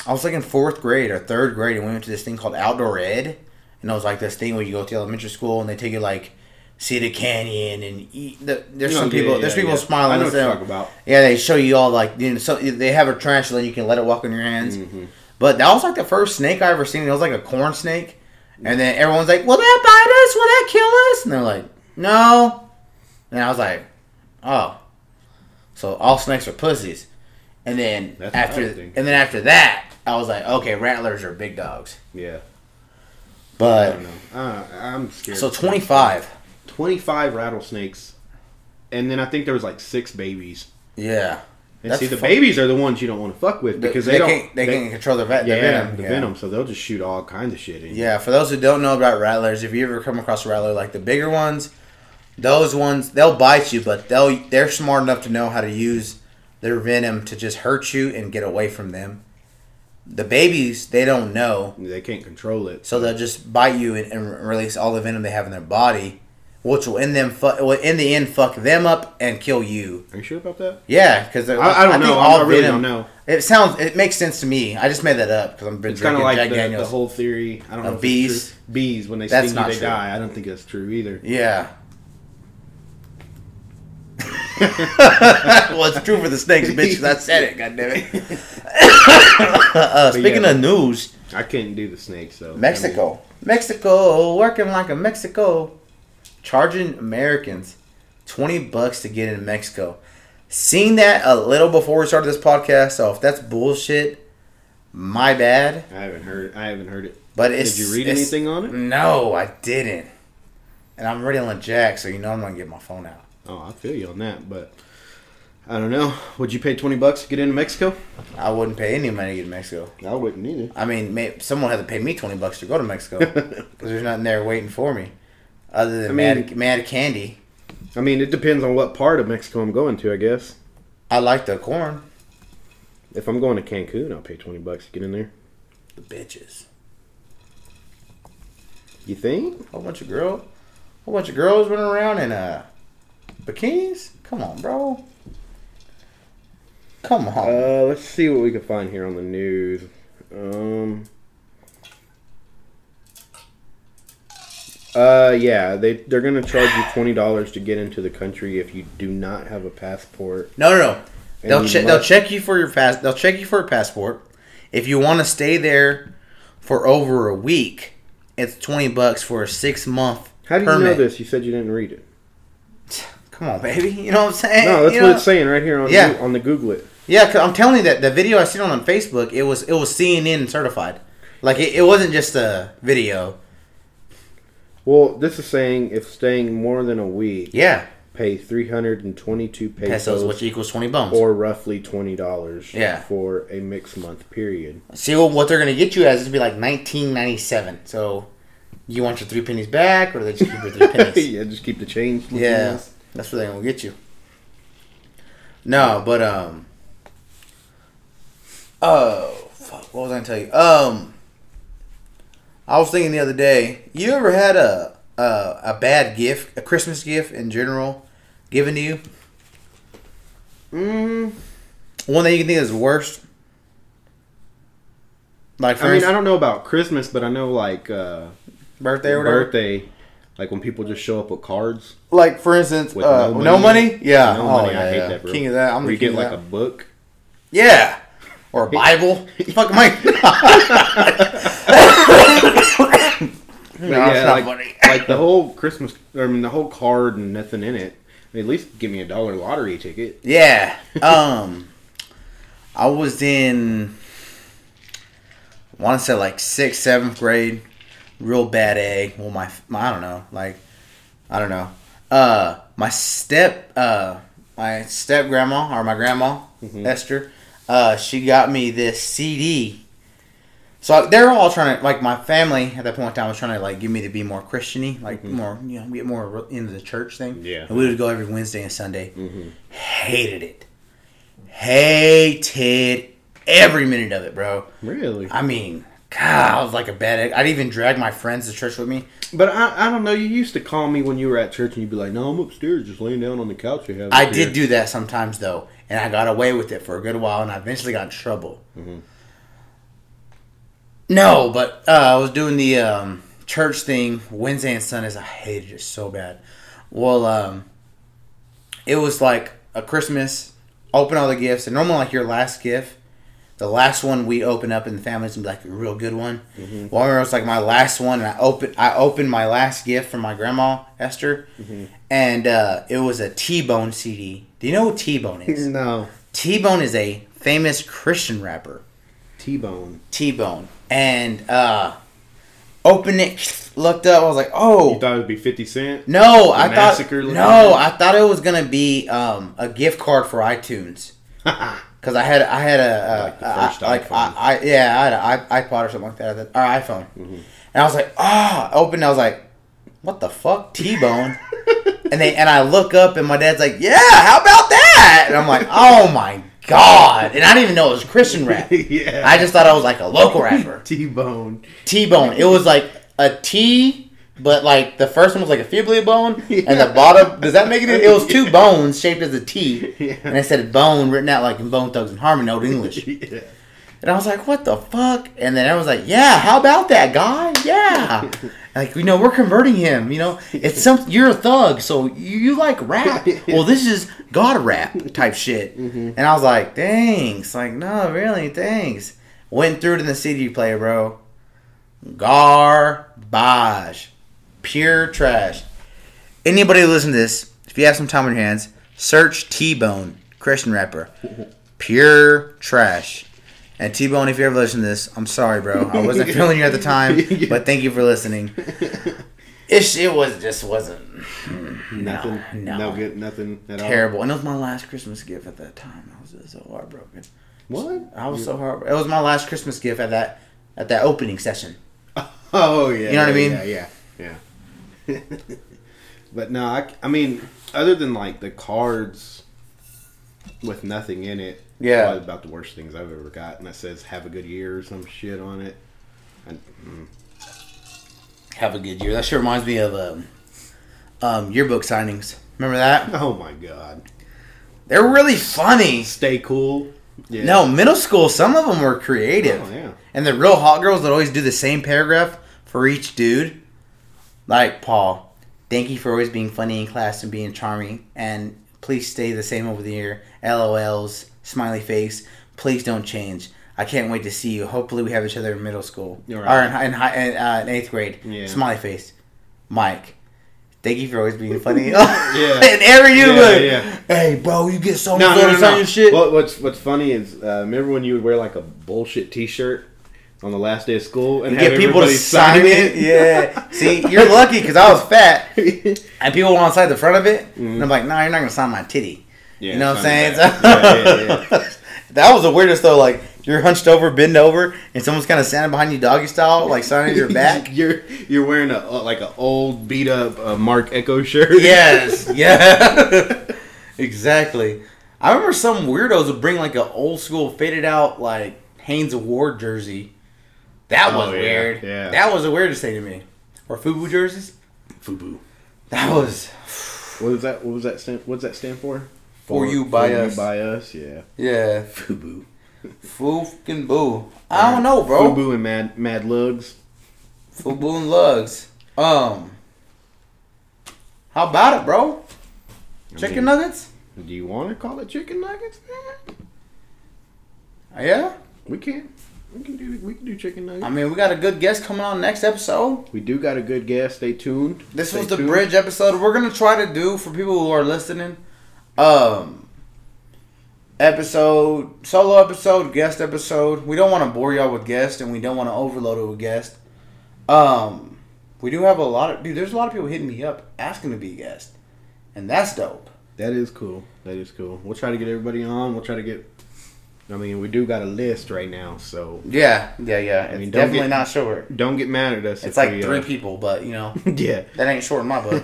I was like in fourth grade or third grade, and we went to this thing called outdoor ed, and it was like this thing where you go to elementary school and they take you like see the canyon and eat. The, there's
Oh,
some
yeah,
people.
yeah,
there's people
yeah.
smiling.
I know
at
what you're
them.
talking about.
Yeah, they show you all like you know, so they have a tarantula and you can let it walk on your hands.
Mm-hmm.
But that was like the first snake I ever seen. It was like a corn snake,
Mm.
and then everyone's like, "Will that bite us? Will that kill us?" And they're like, "No." And I was like, "Oh, so all snakes are pussies." And then
That's what I
after,
would
and
think.
then after that, I was like, "Okay, rattlers are big dogs."
Yeah, I
But
don't know. Uh, I'm scared.
so twenty five,
25 rattlesnakes, and then I think there was like six babies.
yeah,
And
That's
see, the
fuck-
babies are the ones you don't want to fuck with because they, don't.
can't, they, can't control their, ve-
yeah,
their venom.
the
yeah.
venom. So they'll just shoot all kinds of shit in. you.
Yeah, for those who don't know about rattlers, if you ever come across a rattler, like the bigger ones, those ones they'll bite you, but they'll they're smart enough to know how to use their venom to just hurt you and get away from them. The babies they don't know,
They can't control it.
so they'll just bite you and, and release all the venom they have in their body, which will in them fu- will in the end fuck them up and kill you.
Are you sure about that?
Yeah, because
I, I don't know. I really don't know.
It sounds it makes sense to me. I just made that up because I've been
It's kind
drinking
of like
Jack
the, the
Daniels.
whole theory. I don't know.
Of
if it's
bees.
true. Bees when they
That's
sting you,
not
they
true.
die. I don't think that's true either.
Yeah. well, it's true for the snakes, bitch. 'cause I said it. God damn it. uh,
But
speaking
yeah.
of news,
I couldn't do the snakes so
Mexico, Mexico, working like a Mexico, charging Americans twenty bucks to get in Mexico. Seen that a little before we started this podcast, so if that's bullshit, my bad.
I, mean, I haven't heard. I haven't heard it.
But it's,
Did you read
it's-
anything on it?
No, I didn't. And I'm reading on Jack, so you know I'm gonna get my phone out.
Oh, I feel you on that, but I don't know. Would you pay twenty bucks to get into Mexico?
I wouldn't pay any money to get to Mexico.
I wouldn't either.
I mean, may, someone had to pay me twenty bucks to go to Mexico because there's nothing there waiting for me, other than
I mean-
mad, mad candy.
I mean, it depends on what part of Mexico I'm going to. I guess
I like the corn.
If I'm going to Cancun, I'll pay twenty bucks to get in there.
The bitches.
You think?
A whole bunch of girl, a whole bunch of girls running around in uh bikinis. Come on, bro. Come on.
Uh, let's see what we can find here on the news. Um. Uh, yeah, they they're gonna charge you twenty dollars to get into the country if you do not have a passport.
No, no, no.
And
They'll
you
che- they'll
must-
check you for your pass. They'll check you for a passport. If you want to stay there for over a week, it's twenty bucks for a six month.
How do you know
permit.
this? You said you didn't read it.
Come on, baby. You know what I'm saying?
No,
Eh,
that's
You
what
know-
it's saying right here on
Yeah.
Goo- on the Google it.
Yeah, i I'm telling you that the video I seen on Facebook, it was it was CNN certified. Like it, it wasn't just a video.
Well, this is saying if staying more than a week,
Yeah,
pay three hundred and twenty-two
pesos,
pesos,
which equals twenty bones.
or roughly twenty dollars,
Yeah.
for a mixed month period.
See what, what they're gonna get you as is be like 1997. So, you want your three pennies back, or they just keep your three pennies?
yeah, just keep the change. looking
Yeah,
nice.
that's where they're gonna get you. No, but um, oh fuck, what was I gonna tell you? Um, I was thinking the other day. You ever had a a, a bad gift, a Christmas gift in general, given to you?
Mm,
One that you can think is the worst. Like for
I mean, I
instance,
don't know about Christmas, but I know like uh,
birthday or whatever.
birthday, like when people just show up with cards.
Like for instance,
With
uh,
no
no, money?
money?
Yeah,
No
Oh,
money,
yeah,
I hate
yeah.
that, bro.
King of that. I'm
Where
the
you get
king of
like
that.
a book.
Yeah. Or a Bible. Fuck my. no, it's
yeah,
not
like,
funny.
like the whole Christmas, I mean, the whole card and nothing in it. I mean, at least give me a dollar lottery ticket.
Yeah. Um, I was in. I want to say like sixth, seventh grade. Real bad egg. Well, my, my I don't know. Like, I don't know. Uh, my step, uh, my step grandma or my grandma Esther, uh, she got me this CD. So they're all trying to like my family at that point in time was trying to like give me to be more Christiany, like more you know get more into the church thing.
Yeah.
and we would go every Wednesday and Sunday. Hated it, hated every minute of it, bro.
Really?
I mean, God, I was like a bad. egg. I'd even drag my friends to church with me.
But I, I don't know. You used to call me when you were at church, and you'd be like, "No, I'm upstairs, just laying down on the couch." You have
I did do that sometimes though, and I got away with it for a good while, and I eventually got in trouble. No, but uh, I was doing the um, church thing Wednesday and Sundays. I hated it so bad. Well, um, it was like a Christmas, open all the gifts, and normally like your last gift. The last one we open up in the families and be like a real good one. Well, I remember it was like my last one, and I opened I opened my last gift from my grandma Esther, and uh, it was a T Bone CD. Do you know what T Bone is?
No,
T Bone is a famous Christian rapper.
T-bone.
T Bone, and uh, opened it, looked up. I was like, oh,
You thought it would be Fifty Cent?
no, I thought
massacre looking
no,
at
I thought it was gonna be um, a gift card for iTunes because I had I had a, uh
Like the
I-
first
like
iPhone.
I, I yeah I had an i- iPod or something like that or iPhone,
Mm-hmm.
and I was like ah oh, open. I was like, what the fuck, T Bone. And they and I look up and my dad's like, "Yeah, how about that?" And I'm like, "Oh my god!" And I didn't even know it was Christian rap.
yeah,
I just thought I was like a local rapper.
T-bone.
T-bone. It was like a T, but like the first one was like a fibula bone, and the bottom. Does that make it? It was two bones shaped as a T,
Yeah.
and it said bone written out like in Bone Thugs and Harmony, old English.
Yeah.
And I was like, "What the fuck?" And then I was like, "Yeah, how about that guy? Yeah." Like you know, we're converting him. You know, it's some you're a thug, so you, you like rap. Well, this is God rap type shit. And I was like, "Thanks." Like, no, really, thanks. Went through it in the CD player, bro. Garbage, pure trash. Anybody who listen to this, if you have some time on your hands, search T Bone Christian rapper, pure trash. And T Bone, if you ever listen to this, I'm sorry, bro. I wasn't feeling you at the time, but thank you for listening. It, it was just wasn't
Nothing.
no.
No, good. Nothing at
terrible, and it was my last Christmas gift at that time. I was just so heartbroken.
all. What?
I was so heartbroken. It was my last Christmas gift at that at that opening session.
Oh yeah.
You know what I mean?
Yeah, yeah, yeah. but no, I, I mean, other than like the cards, with nothing in it.
Yeah.
Probably about the worst things I've ever gotten. That says "Have a good year" or some shit on it. And, mm,
Have a good year. That sure reminds me of um, um, yearbook signings. Remember that?
oh my god.
They're really funny.
Stay cool. Yeah.
No, middle school, some of them were creative.
Oh, yeah.
And the real hot girls that always do the same paragraph for each dude. Like Paul, thank you for always being funny in class and being charming. And please stay the same over the year. LOLs, smiley face. Please don't change. I can't wait to see you. Hopefully, we have each other in middle school
You're
or
right.
in, hi- in, hi- in, uh, in eighth grade.
Yeah.
Smiley face, Mike. Thank you for always being funny.
Yeah.
and every
Yeah,
yearbook.
yeah.
Hey, bro, you get so
No,
much
no, no,
on
no.
your shit.
What, what's What's funny is uh, remember when you would wear like a bullshit T-shirt on the last day of school and have
get people to
everybody
sign it. Yeah. See, you're lucky because I was fat, and people went inside the front of it, and I'm like, no, you're not gonna sign my titty.
Mm-hmm. Yeah,
you know what I'm
sign
saying?
that. Yeah, yeah,
that was the weirdest though. Like you're hunched over, bend over, and someone's kind of standing behind you, doggy style, like signing your back.
you're you're wearing a uh, like an old beat up uh, Mark Echo shirt.
yes. Yeah. exactly. I remember some weirdos would bring like an old school faded out like Haynes Award jersey. That
Oh,
was
yeah,
weird.
yeah.
That was the weirdest thing to me. Or FUBU jerseys.
Fubu.
That was
What was that? What was that? Stand, what's that stand for?
For you, by us.
by us. Yeah.
yeah,
Fubu.
fucking boo. I don't know, bro.
Fubu and Mad Mad Lugs.
Fubu and lugs. Um, how about it, bro? Chicken
mean-
nuggets?
Do you want to call it chicken nuggets?
Yeah.
We can. We can do. We can do chicken nuggets.
I mean, we got a good guest coming on next episode.
we do got a good guest. Stay tuned.
This
Stay
was the
tuned.
bridge episode. We're gonna try to do for people who are listening, um, episode, solo episode, guest episode. We don't want to bore y'all with guests, and we don't want to overload it with guests. Um, we do have a lot of dude. There's a lot of people hitting me up asking to be a guest, and that's dope.
That is cool. That is cool. We'll try to get everybody on. We'll try to get. I mean, we do got a list right now, so
Yeah, yeah, yeah. It's
mean, don't
definitely
get-
not short.
don't get mad at us.
It's
if
like
we,
three
uh,
people, but you know
yeah.
that ain't short in my book.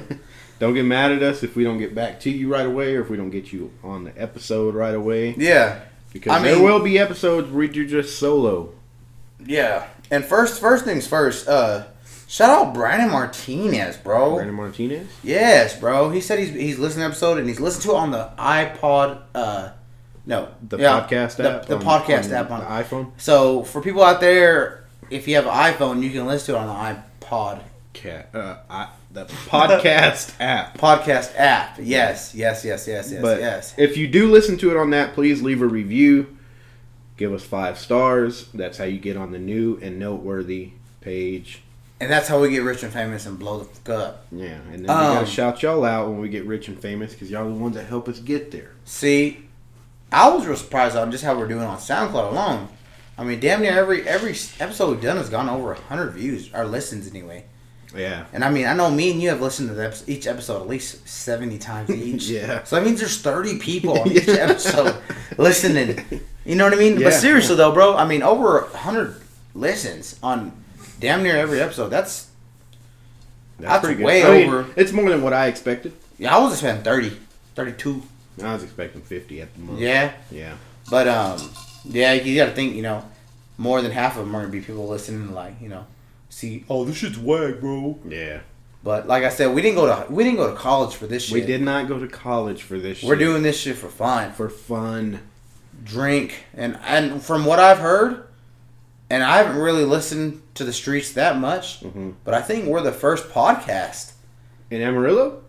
Don't get mad at us if we don't get back to you right away, or if we don't get you on the episode right away.
yeah.
Because
I
there
mean-
will be episodes where we do just solo.
Yeah. And first first things first, uh shout out Brandon Martinez, bro.
Brandon Martinez.
Yes, bro. He said he's he's listening to the episode and he's listened to it on the iPod uh no,
The
yeah,
podcast
the,
app.
The
on-
podcast
on
app on
the iPhone.
So, for people out there, if you have an iPhone, you can listen to it on the iPod
Cat. Uh, I, the podcast app.
podcast app. Yes, yes, yes, yes, yes,
but
yes.
if you do listen to it on that, please leave a review. Give us five stars. That's how you get on the new and noteworthy page.
And that's how we get rich and famous and blow the fuck up.
Yeah, and then we
Um,
gotta shout y'all out when we get rich and famous because y'all the ones that help us get there.
See, I was real surprised on just how we're doing on SoundCloud alone. I mean, damn near every every episode we've done has gone over hundred views or listens anyway.
Yeah,
And I mean, I know me and you have listened to the episode, each episode at least seventy times each.
Yeah.
So that means there's thirty people on each
Yeah.
episode listening. You know what I mean? But
Yeah.
seriously though, bro, I mean, over hundred listens on damn near every episode. That's That's way
I mean,
over.
it's more than what I expected.
yeah, I was expecting 30, 32.
I was expecting fifty at the moment.
Yeah.
yeah,
But um, yeah, you got to think, you know, more than half of them are gonna be people listening, like you know, see, oh, this shit's whack, bro.
yeah.
But like I said, we didn't go to we didn't go to college for this shit.
We did not go to college for this.
We're
shit.
doing this shit for fun, for
for fun.
drink, and and from what I've heard, and I haven't really listened to the streets that much,
Mhm.
but I think we're the first podcast
In Amarillo?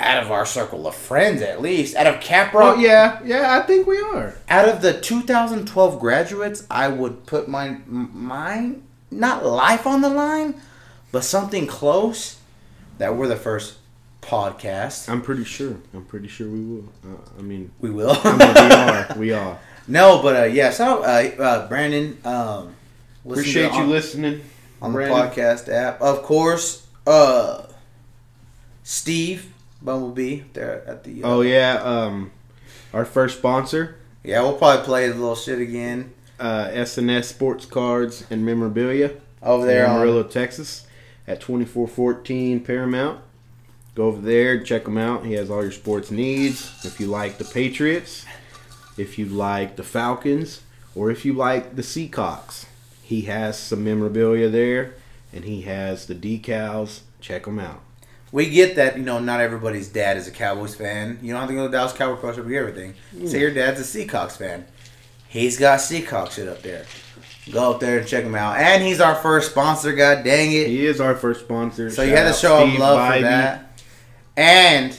out of our circle of friends, at least out of Capra.
Oh yeah, yeah. I think we are.
out of the 2012 graduates, I would put my m- mine not life on the line, but something close that we're the first podcast.
I'm pretty sure. I'm pretty sure we will. Uh, I mean,
We will.
I mean, we are. We are.
no, but uh, yeah, so uh, uh, Brandon, um, listen to
Appreciate
on,
you listening
on the
Brandon.
podcast app. Of course, uh, Steve Bumblebee there at the. Uh,
Oh yeah. Um, our first sponsor,
yeah, we'll probably play the little shit again
uh, SNS Sports Cards and Memorabilia.
over there
in
on
Amarillo, Texas, at 2414 Paramount. Go over there, check him out. He has all your sports needs. If you like the Patriots, if you like the Falcons, or if you like the Seacocks, he has some memorabilia there, and he has the decals. Check him out.
We get that, you know, not everybody's dad is a Cowboys fan. You don't have to go to Dallas Cowboy Crush over everything. Say your dad's a Seahawks fan. He's got Seahawks shit up there. Go up there and check him out. And he's our first sponsor, god dang it.
He is our first sponsor.
So you
Shout
had
out
to show him
Steve
love
Bivey.
for that. And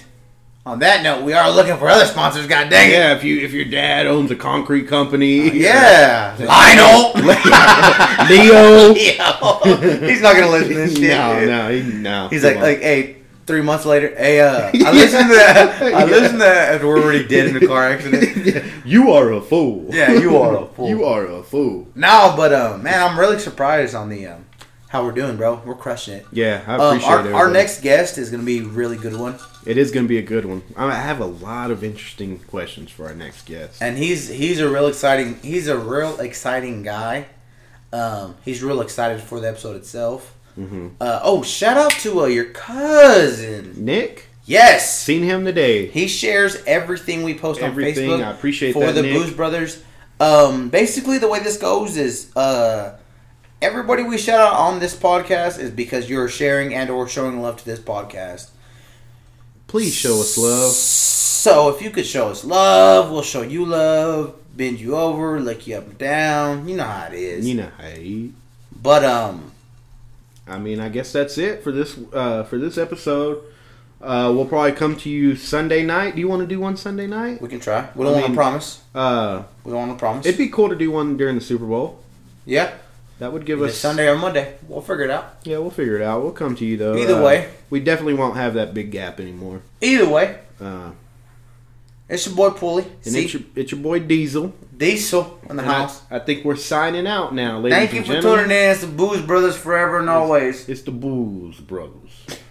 on that note, we are looking for other sponsors, god dang it.
Yeah, if you if your dad owns a concrete company,
Yeah. Lionel!
Leo.
Yo, he's not going to listen to this shit.
no,
dude.
no, he, no.
He's
come
like,
on.
like, hey, three months later, hey, uh, I listened to that. I listened to that after we're already dead in the car accident.
you are a fool.
Yeah, you are a fool.
you are a fool.
No, but uh, man, I'm really surprised on the um, how we're doing, bro. We're crushing it.
Yeah, I
Um,
appreciate
our,
it.
our next guest is gonna be a really good one,
it is going to be a good one. I have a lot of interesting questions for our next guest.
and he's he's a real exciting he's a real exciting guy. Um, he's real excited for the episode itself.
Mhm.
Uh, oh, shout out to uh, your cousin.
Nick,
Yes,
seen him today.
he shares everything we post
Everything.
on Facebook.
I appreciate
for
that,
the
Nick.
Blues Brothers. Um, basically, the way this goes is uh, everybody we shout out on this podcast is because you're sharing and or showing love to this podcast.
Please show us love.
So if you could show us love, we'll show you love, bend you over, lick you up and down. You know how it is.
You know, hey.
But um,
I mean, I guess that's it for this uh, for this episode. Uh, we'll probably come to you Sunday night. Do you want to do one Sunday night?
we can try. We don't
I
want to
mean-
promise.
Uh,
We don't want to promise.
it'd be cool to do one during the Super Bowl.
yeah,
That would give
either
us
Sunday or Monday. We'll figure it out.
Yeah, we'll figure it out. We'll come to you though.
Either
Uh,
way.
we definitely won't have that big gap anymore.
Either way,
Uh,
it's your boy Pulley.
and
See,
it's your, it's your boy Diesel.
Diesel in the
And I-
house.
I, think we're signing out now, ladies
Thank you
and
for
gentlemen.
tuning in. It's the Booze Brothers forever and always.
It's the Booze Brothers.